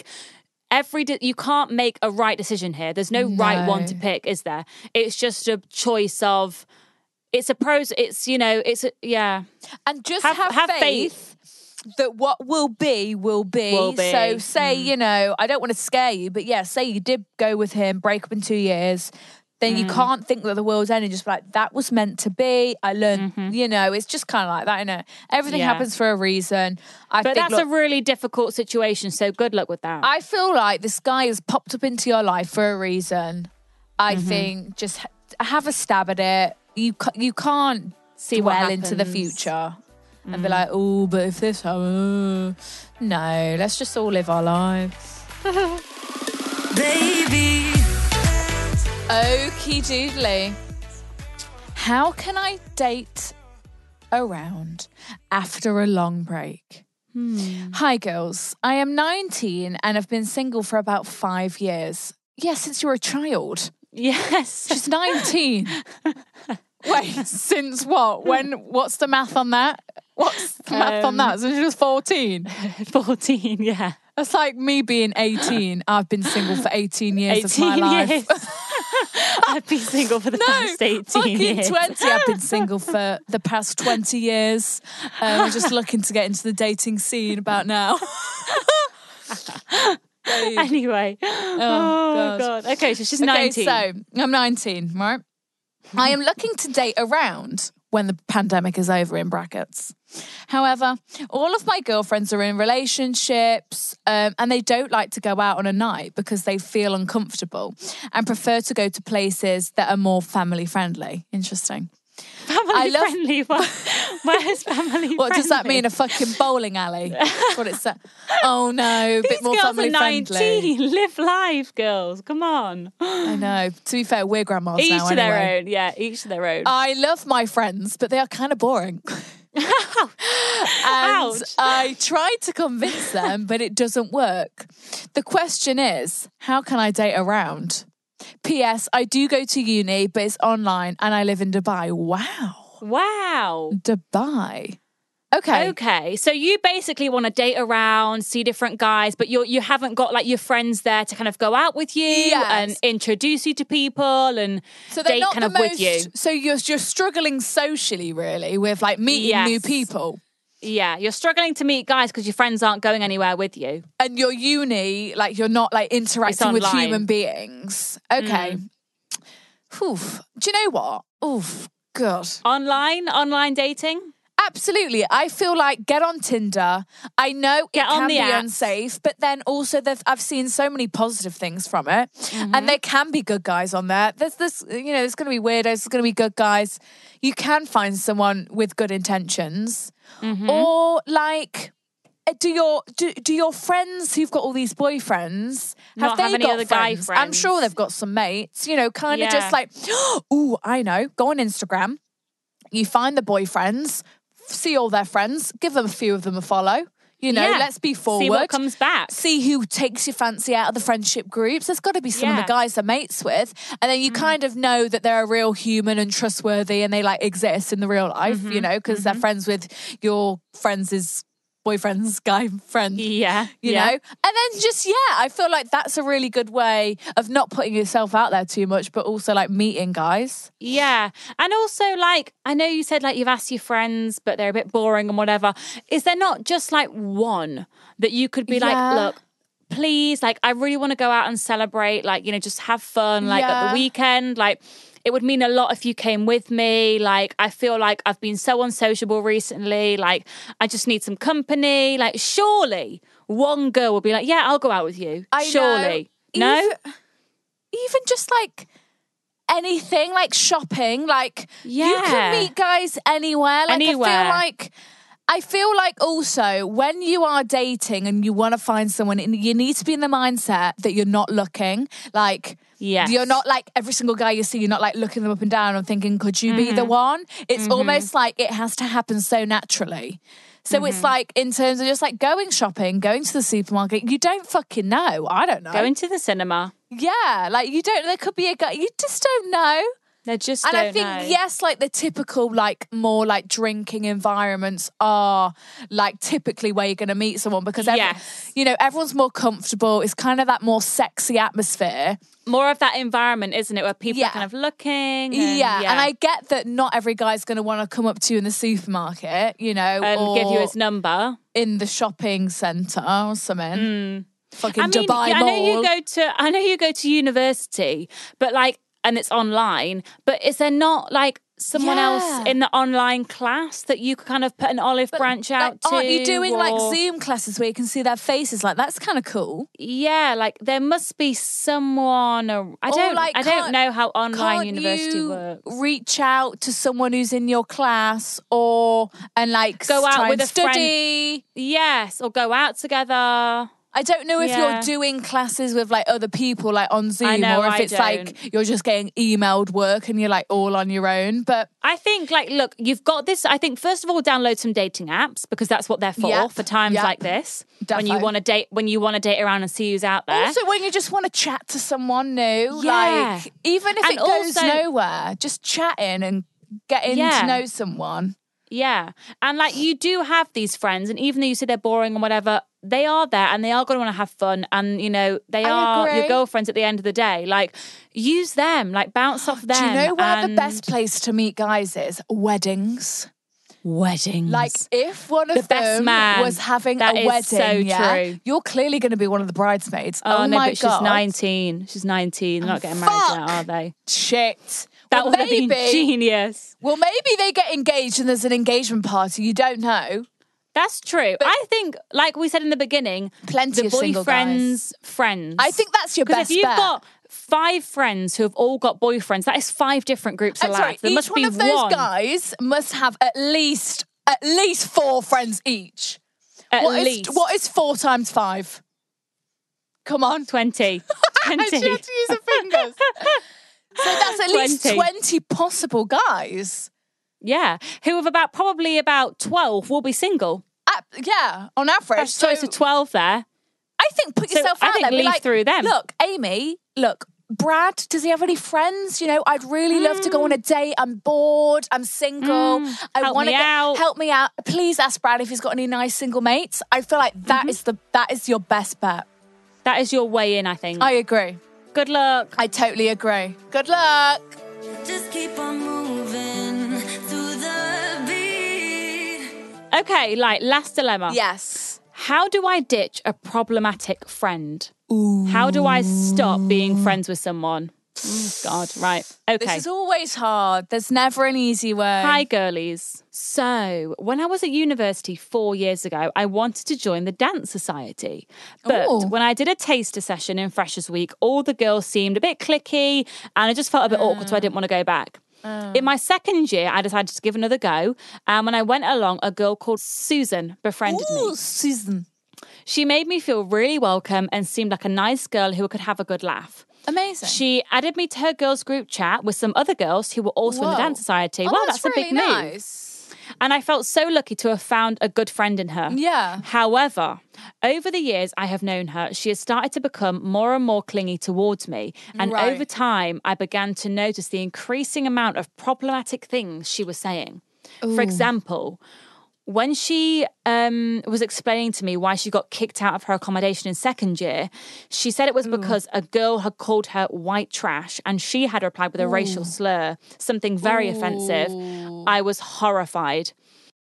every de- you can't make a right decision here. There's no, right one to pick, is there? It's just a choice of. It's a pros. It's you know. It's a, yeah.
And just
Have-
have,
have faith.
faith. That what will be will be.
Will be. Mm.
So say you know I don't want to scare you, but yeah, say you did go with him, break up in two years, then
Mm.
you can't think that the world's ending. Just be like that was meant to be. I learned, you know, it's just kind of like that. You know, everything
Mm-hmm. Yeah.
happens for a reason. I
But
think,
that's
look,
a really difficult situation. So good luck with that.
I feel like this guy has popped up into your life for a reason. I think just ha- have a stab at it. You ca- you can't
See what
dwell into the
happens. Mm.
future and be like, oh, but if this happens, no, let's just all live our lives.
Baby,
Okie doodly. How can I date around after a long break?
Hmm.
Hi, girls. I am 19 and have been single for about five years. Yeah, since you were a child.
yes.
She's 19. Wait, since what? When? What's the math on that? What's the math
Um,
on that? Since she was 14.
14, yeah.
That's like me being 18. I've been single for 18 years of my
18
life.
years. I've been single for the past 18
fucking
years.
20. I've been single for the past 20 years. Um, I'm just looking to get into the dating scene about now.
Anyway. Oh,
God.
God. Okay, so she's
Okay,
19.
so I'm 19, right? I am looking to date around when the pandemic is over, in brackets. However, all of my girlfriends are in relationships um, and they don't like to go out on a night because they feel uncomfortable and prefer to go to places that are more family friendly. Interesting.
family
I love-
friendly. What? Where's family
What does that
friendly?
mean? A fucking bowling alley? That's what it's. Oh no, a
These
bit more
girls
family
are
friendly.
19. Live life, girls. Come on.
I know. To be fair, we're grandmas
each
now.
to their
anyway. Uh,
own. Yeah, each to their own.
I love my friends, but they are kind of boring. and
Ouch.
I tried to convince them, but it doesn't work. The question is, how can I date around? P.S. I do go to uni, but it's online, and I live in Dubai. Wow,
wow.
Dubai. Okay.
Okay, so you basically want to date around, see different guys, but you you haven't got like your friends there to kind of go out with you
Yes.
and introduce you to people and
So they're
date
not
kind
the
of
most.
with you.
So you're you're struggling socially, really, with like meeting new
Yes.
people,
Yeah, you're struggling to meet guys because your friends aren't going anywhere with you.
and your uni, like you're not like interacting with
online. Mm.
human beings. Okay. Oof. Do you know what? Oof. God.
Online, online dating.
Absolutely. I feel like get on Tinder. I know
Get
it
on
can
the
be
apps.
unsafe, but then also there've- I've seen so many positive things from it,
Mm-hmm.
and there can be good guys on there. There's this, you know, there's going to be weirdos. There's going to be good guys.
Mm-hmm.
You can find someone with good intentions, or like uh, do your do, do your friends who've got all these boyfriends have
Not
they
have any
got
other guy
friends? I'm sure
friends.
they've got some mates. You know, kind of
Yeah.
just like, oh, I know. Go on Instagram, you find the boyfriends, see all their friends, give them a few of them a follow. You know,
Yeah.
let's be forward.
See what comes back.
See who takes your fancy out of the friendship groups. There's got to be some of
Yeah. Mm-hmm.
the guys they're mates with, and then you kind of know that they're a real human and trustworthy, and they like exist in the real life.
Mm-hmm.
You know, because they're friends with your friends' boyfriend's guy friend.
Yeah.
You
yeah.
know, and then just yeah, I feel like that's a really good way of not putting yourself out there too much, but also like meeting guys.
Yeah. And also, like, I know you said, like, you've asked your friends, but they're a bit boring and whatever. Is there not just like one that you could be
Yeah.
like, look, please, like, I really want to go out and celebrate, like, you know, just have fun, like, at
Yeah.
the weekend, like, it would mean a lot if you came with me. Like, I feel like I've been so unsociable recently. Like, I just need some company. Like, surely one girl would be like, Yeah, I'll go out with you.
I know.
surely. No?
Even- even just like anything like shopping like you
Yeah.
can meet guys anywhere like i
Anywhere.
feel like i feel like also when you are dating and you want to find someone and you need to be in the mindset that you're not looking like
Yes.
You're not like every single guy you see, you're not like looking them up and down and thinking, could you be the
Mm-hmm.
one? It's almost like it has to happen so naturally. So
Mm-hmm.
it's like, in terms of just like going shopping, going to the supermarket, you don't fucking know. I don't know.
Going to the cinema.
Yeah, like you don't. There could be a guy. You just don't know.
They just
and I
don't
think
know.
yes, like the typical, like more like drinking environments are like typically where you're going to meet someone because every-
Yes.
you know everyone's more comfortable. It's kind of that more sexy atmosphere.
more of that environment, isn't it, where people
Yeah.
are kind of looking? and-
yeah. and I get that not every guy's going to want to come up to you in the supermarket, you know,
and give you
or
his number.
in the shopping centre or something. Fucking
Hmm. I mean,
Dubai
yeah, I
Mall.
know you go to I know you go to university, but like, and it's online. But is there not like someone else
Yeah.
in the online class that you could kind of put an olive branch
Like,
out to?
aren't you doing like
or-
Zoom classes where you can see their faces? Like that's kind of cool.
Yeah, like there must be someone. Or, I
Or,
don't.
like,
I don't
can't-
know how
Can't
online university
you
works.
reach out to someone who's in your class or and like
Go
s-
out
try
with
and
a friend.
study?
Yes, or go out together.
I don't know if
Yeah.
you're doing classes with like other people like on Zoom
know,
or if
I
it's
don't.
like you're just getting emailed work and you're like all on your own. But
I think, like, look, you've got this. I think, first of all, download some dating apps because that's what they're for
Yep.
for times
Yep.
like this when
Defo.
you want to date when you want to date around and see who's out there.
also when you just want to chat to someone new,
Yeah.
like even if
And
it goes
also-
nowhere, just chatting and getting
Yeah.
to know someone.
yeah, and like you do have these friends, and even though you say they're boring and whatever, they are there and they are going to want to have fun, and you know they
I
are your
agree.
girlfriends at the end of the day. Like, use them, like bounce off them.
Do you know where the
and-
best place to meet guys is? Weddings.
weddings?
Like if one of
The best
them
man.
was having
That
a
is
wedding,
so
yeah,
true.
you're clearly going to be one of the bridesmaids.
oh,
Oh,
no,
my
but
god, Oh,
she's nineteen. She's nineteen. They're not getting married
fuck.
now, are they?
Shit.
That
well,
would have
maybe,
been genius.
Well, maybe they get engaged and there's an engagement party. You don't know.
That's true. I think, like we said in the beginning,
Plenty
the
of single
boyfriends, friends.
I think that's your
'Cause
best
if you've
bet.
got five friends who have all got boyfriends, that is five different groups of
I'm
lads.
Uh, sorry,
there
each
must
one
be
of those
one.
guys must have at least at least four friends each.
at
What is-
least
what is four times five? Come on.
20.
She had
20.
to use her fingers. so that's at least
20.
20 possible guys.
yeah. Who of about probably about 12 will be single.
At- yeah, on average.
That's so, to 12 there.
I think put
so
yourself
I
out
think
there. Be
leaf
like,
through them.
Look, Amy, look, Brad, does he have any friends? You know, I'd really love to go on a date. I'm bored. I'm single. I
Mm. help
want to
me out."
help me out. Please ask Brad if he's got any nice single mates. I feel like that
Mm-hmm.
is the that is your best bet.
That is your way in, I think.
I agree.
Good luck.
I totally agree. Good luck.
Just keep on moving through the beat.
Okay, like last dilemma.
Yes.
How do I ditch a problematic friend? How do I stop being friends with someone? Mm, God, right.
This
Okay.
is always hard. There's never an easy way.
Hi, girlies. So, when I was at university four years ago, I wanted to join the dance society. But
Ooh.
when I did a taster session in Freshers Week, all the girls seemed a bit clicky and I just felt a bit awkward, so I didn't want to go back.
Oh.
In my second year, I decided to give another go. And when I went along, a girl called Susan befriended me.
Ooh, Susan.
She made me feel really welcome and seemed like a nice girl who could have a good laugh.
Amazing.
She added me to her girls' group chat with some other girls who were also in the
Whoa.
dance society.
Oh,
wow,
that's,
that's, a
really
big move.
nice.
And I felt so lucky to have found a good friend in her.
Yeah.
However, over the years I have known her, she has started to become more and more clingy towards me. And
Right.
over time, I began to notice the increasing amount of problematic things she was saying. For example, when she um, was explaining to me why she got kicked out of her accommodation in second year, she said it was because a girl had called her white trash and she had replied with a racial slur, something very offensive. I was horrified.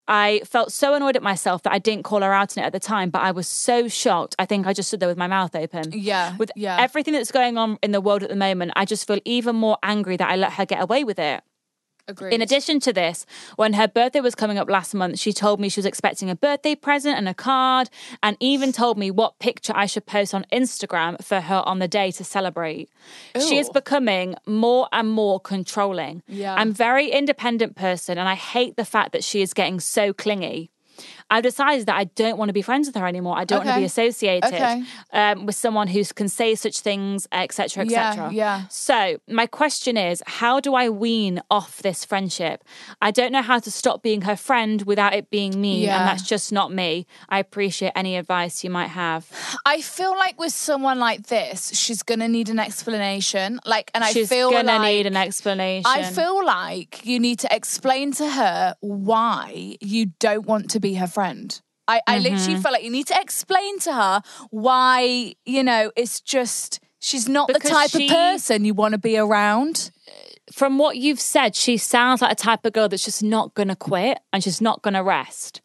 I felt so annoyed at myself that I didn't call her out on it at the time, but I was so shocked. I think I just stood there with my mouth open.
Yeah,
With
yeah.
everything that's going on in the world at the moment, I just feel even more angry that I let her get away with it.
Agreed.
In addition to this, when her birthday was coming up last month, she told me she was expecting a birthday present and a card, and even told me what picture I should post on Instagram for her on the day to celebrate. She is
Ew.
becoming more and more controlling.
Yeah.
I'm very independent person, and I hate the fact that she is getting so clingy. I've decided that I don't want to be friends with her anymore. I don't want to be
Okay.
associated
Okay.
um, with someone who can say such things, etc.,
Yeah,
etc.
yeah.
So, my question is how do I wean off this friendship? I don't know how to stop being her friend without it being mean,
Yeah.
and that's just not me. I appreciate any advice you might have.
I feel like with someone like this, she's gonna need an explanation. Like, and I
She's
feel
gonna
like
need an explanation.
I feel like you need to explain to her why you don't want to be her friend. I, I
Mm-hmm.
literally feel like you need to explain to her why, you know, it's just she's not the
Because
type
she-
of person you want to be around.
from what you've said, she sounds like a type of girl that's just not going to quit and she's not going to rest.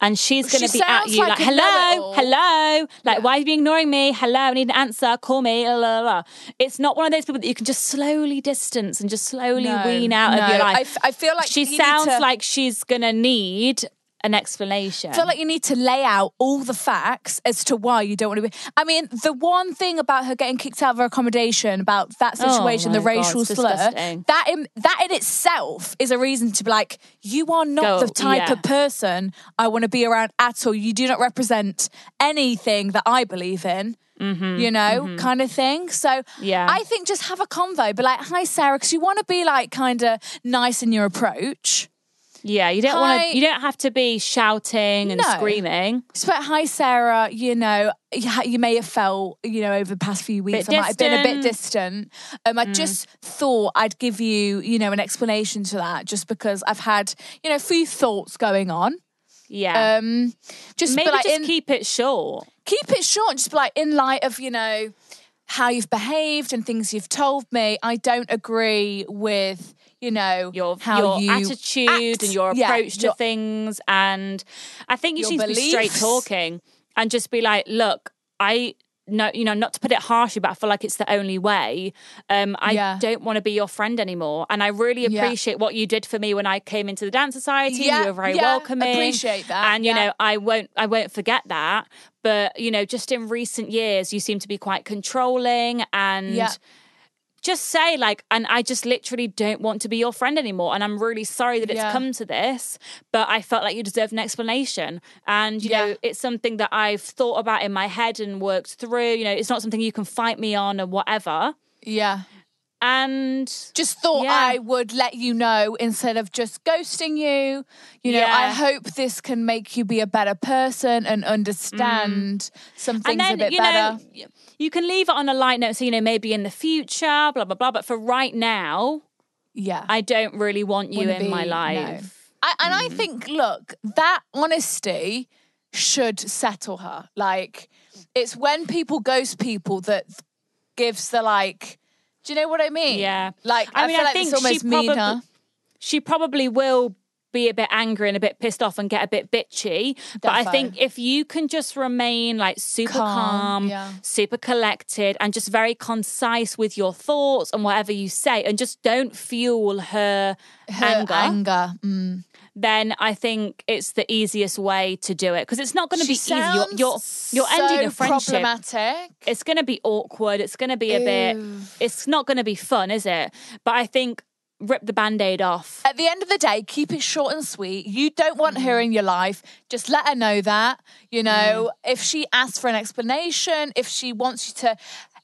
And she's going to
She
be at
sounds
you like,
like a
hello,
know-it-all."
hello. Like, why are you ignoring me? Hello, I need an answer. Call me. La, la, la. It's not one of those people that you can just slowly distance and just slowly
No,
wean out of
no.
your life.
I f- I feel like
she
you need
sounds
to-
like she's going to need an explanation.
I feel like you need to lay out all the facts as to why you don't want to be. I mean, the one thing about her getting kicked out of her accommodation, about that
Oh
situation, the
my God,
racial
it's
slur,
disgusting.
that in, that in itself is a reason to be like, you are not
Go,
the type
yeah.
of person I want to be around at all. You do not represent anything that I believe in. you know, kind of thing. So
Mm-hmm, Yeah.
I think just have a convo, be like, "Hi, Sarah," because you want to be like kind of nice in your approach.
yeah, you don't want
Hi.
to, you don't have to be shouting and
No.
screaming.
So, but hi, Sarah. You know, you ha- you may have felt, you know, over the past few weeks,
Bit
I might have been a bit
distant. Mm.
distant. Um, I just thought I'd give you, you know, an explanation to that, just because I've had, you know, a few thoughts going on.
Yeah.
Um, just
Maybe
be like
just
in,
keep it short.
keep it short. Just be like in light of, you know, how you've behaved and things you've told me. I don't agree with, you know,
your
how
your
you
attitude
act.
and your
Yeah,
approach to
your-
things and i think you
Your
just need to be straight
beliefs.
talking and just be like look i no, you know, not to put it harshly, but I feel like it's the only way. Um, I
Yeah.
don't want to be your friend anymore, and I really
Yeah.
appreciate what you did for me when I came into the dance society.
Yeah,
you were very
yeah,
welcoming.
appreciate that,
and you
yeah.
know, I won't, I won't forget that. But you know, just in recent years, you seem to be quite controlling, and
Yeah.
just say like and i just literally don't want to be your friend anymore and i'm really sorry that it's
Yeah.
come to this but i felt like you deserved an explanation and you
Yeah.
know it's something that i've thought about in my head and worked through you know it's not something you can fight me on or whatever
Yeah.
and
just thought
Yeah.
I would let you know instead of just ghosting you. You know, I
Yeah.
hope this can make you be a better person and understand some things a bit
Mm. you
better.
know y- you can leave it on a light note so you know maybe in the future blah blah blah but for right now
yeah.
i don't really want you
Wouldn't
in my
be- no.
life Mm.
I, and I think, look, that honesty should settle her. Like, it's when people ghost people that gives the like. Do you know what I mean?
Yeah.
Like,
I
I,
mean,
feel
I
like
think she
it's almost meaner.
probably- she probably will be a bit angry and a bit pissed off and get a bit bitchy. But I
Defo.
think if you can just remain like super calm,
Calm, yeah.
super collected, and just very concise with your thoughts and whatever you say, and just don't fuel her,
Her
anger,
uh, anger. Mm.
then I think it's the easiest way to do it because it's not going to
Mm. She
be easy. You're you're,
sounds
you're ending
so
a friendship.
Problematic.
It's going to be awkward. It's going to be a bit. It's not going to be fun, is it? But I think rip the band aid off.
At the end of the day, keep it short and sweet. You don't want her
Mm-hmm.
in your life. Just let her know that. You know,
Mm.
if she asks for an explanation, if she wants you to,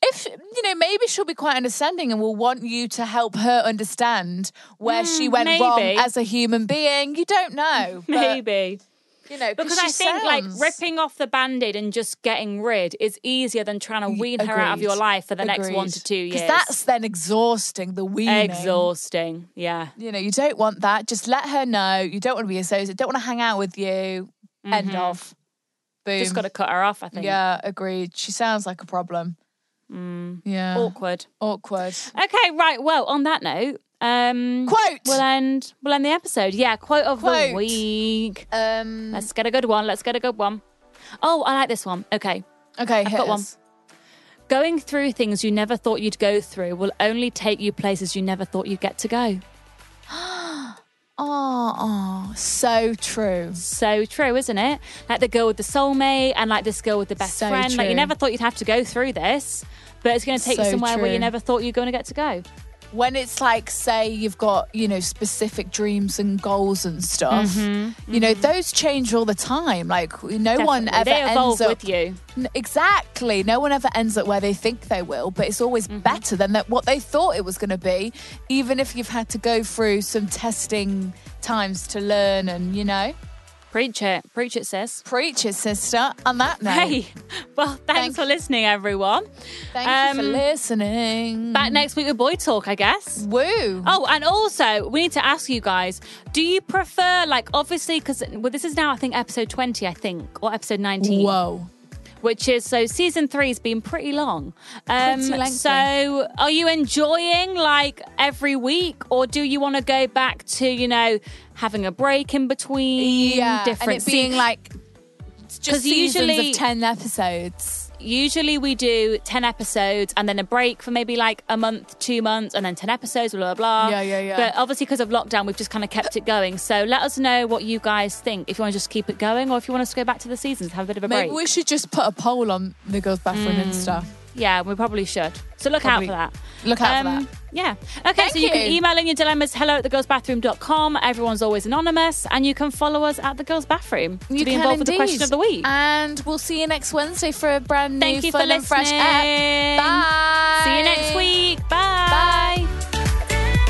if, you know, maybe she'll be quite understanding and will want you to help her understand where she went wrong
Mm, maybe.
as a human being. You don't know. but,
Maybe.
You know,
Because I think
sounds-
like ripping off the band-aid and just getting rid is easier than trying to wean her out of
Agreed.
your life for the next one
Agreed.
to two
'Cause
years.
that's then exhausting, the weaning.
exhausting. Yeah.
You know, you don't want that. Just let her know. You don't want to be associated. Don't want to hang out with you. End of. Boom.
Mm-hmm. Just gotta cut her off, I think.
Yeah, agreed. She sounds like a problem.
Mm.
Yeah.
Awkward.
Awkward.
Okay, right. Well, on that note, um
Quote.
We'll end we'll end the episode. Yeah, quote of the
Quote.
week.
Um.
Let's get a good one. Let's get a good one. Oh, I like this one. Okay.
Okay, hit
got one.
us.
Going through things you never thought you'd go through will only take you places you never thought you'd get to go.
Oh, oh, so true.
So true, isn't it? Like the girl with the soulmate and like this girl with the best
So
friend. Like you
true.
never thought you'd have to go through this, but it's going to take you
So
somewhere where you
true.
never thought you were going to get to go.
When it's like, say, you've got you know specific dreams and goals and stuff. You know, those change all the time. Like no one ever
Mm-hmm, Definitely. they evolve
ends up
with you.
N- Exactly. No one ever ends up where they think they will, but it's
Mm-hmm.
always better than that what they thought it was going to be, even if you've had to go through some testing times to learn and, you know,
Preach it, preach it, sis.
preach it, sister. On that note,
Hey, well, thanks
Thank
for listening, everyone.
thank you for
um,
listening.
Back next week with boy talk, I guess.
Woo.
Oh, and also, we need to ask you guys do you prefer, like, obviously, because well, this is now, I think, episode 20, I think, or episode 19.
Whoa.
which is so season three's been pretty long. Um,
Pretty lengthy.
so, are you enjoying like every week, or do you want to go back to you know having a break in between?
Yeah.
different
and it being like it's
'Cause
just seasons
usually-
of 10 episodes.
usually we do ten episodes and then a break for maybe like a month, two months, and then ten episodes, blah blah. blah.
Yeah, yeah, yeah.
But obviously, because of lockdown, we've just kind of kept it going. So let us know what you guys think. If you want to just keep it going, or if you want us to go back to the seasons, have a bit of a
Maybe
break.
we should just put a poll on the girls' bathroom and stuff.
Yeah, we probably should. So look
Probably.
out for that. Um,
Look out for that.
Yeah. Okay,
Thank
so you, can
you.
email in your dilemmas hello at thegirlsbathroom.com. Everyone's always anonymous. And you can follow us at The Girls Bathroom to
You
be
can
involved with the question
indeed.
of the week.
And we'll see you next Wednesday for a brand
Thank
new
you for
fun and fresh app.
listening.
Bye.
See you next week. Bye.
Bye.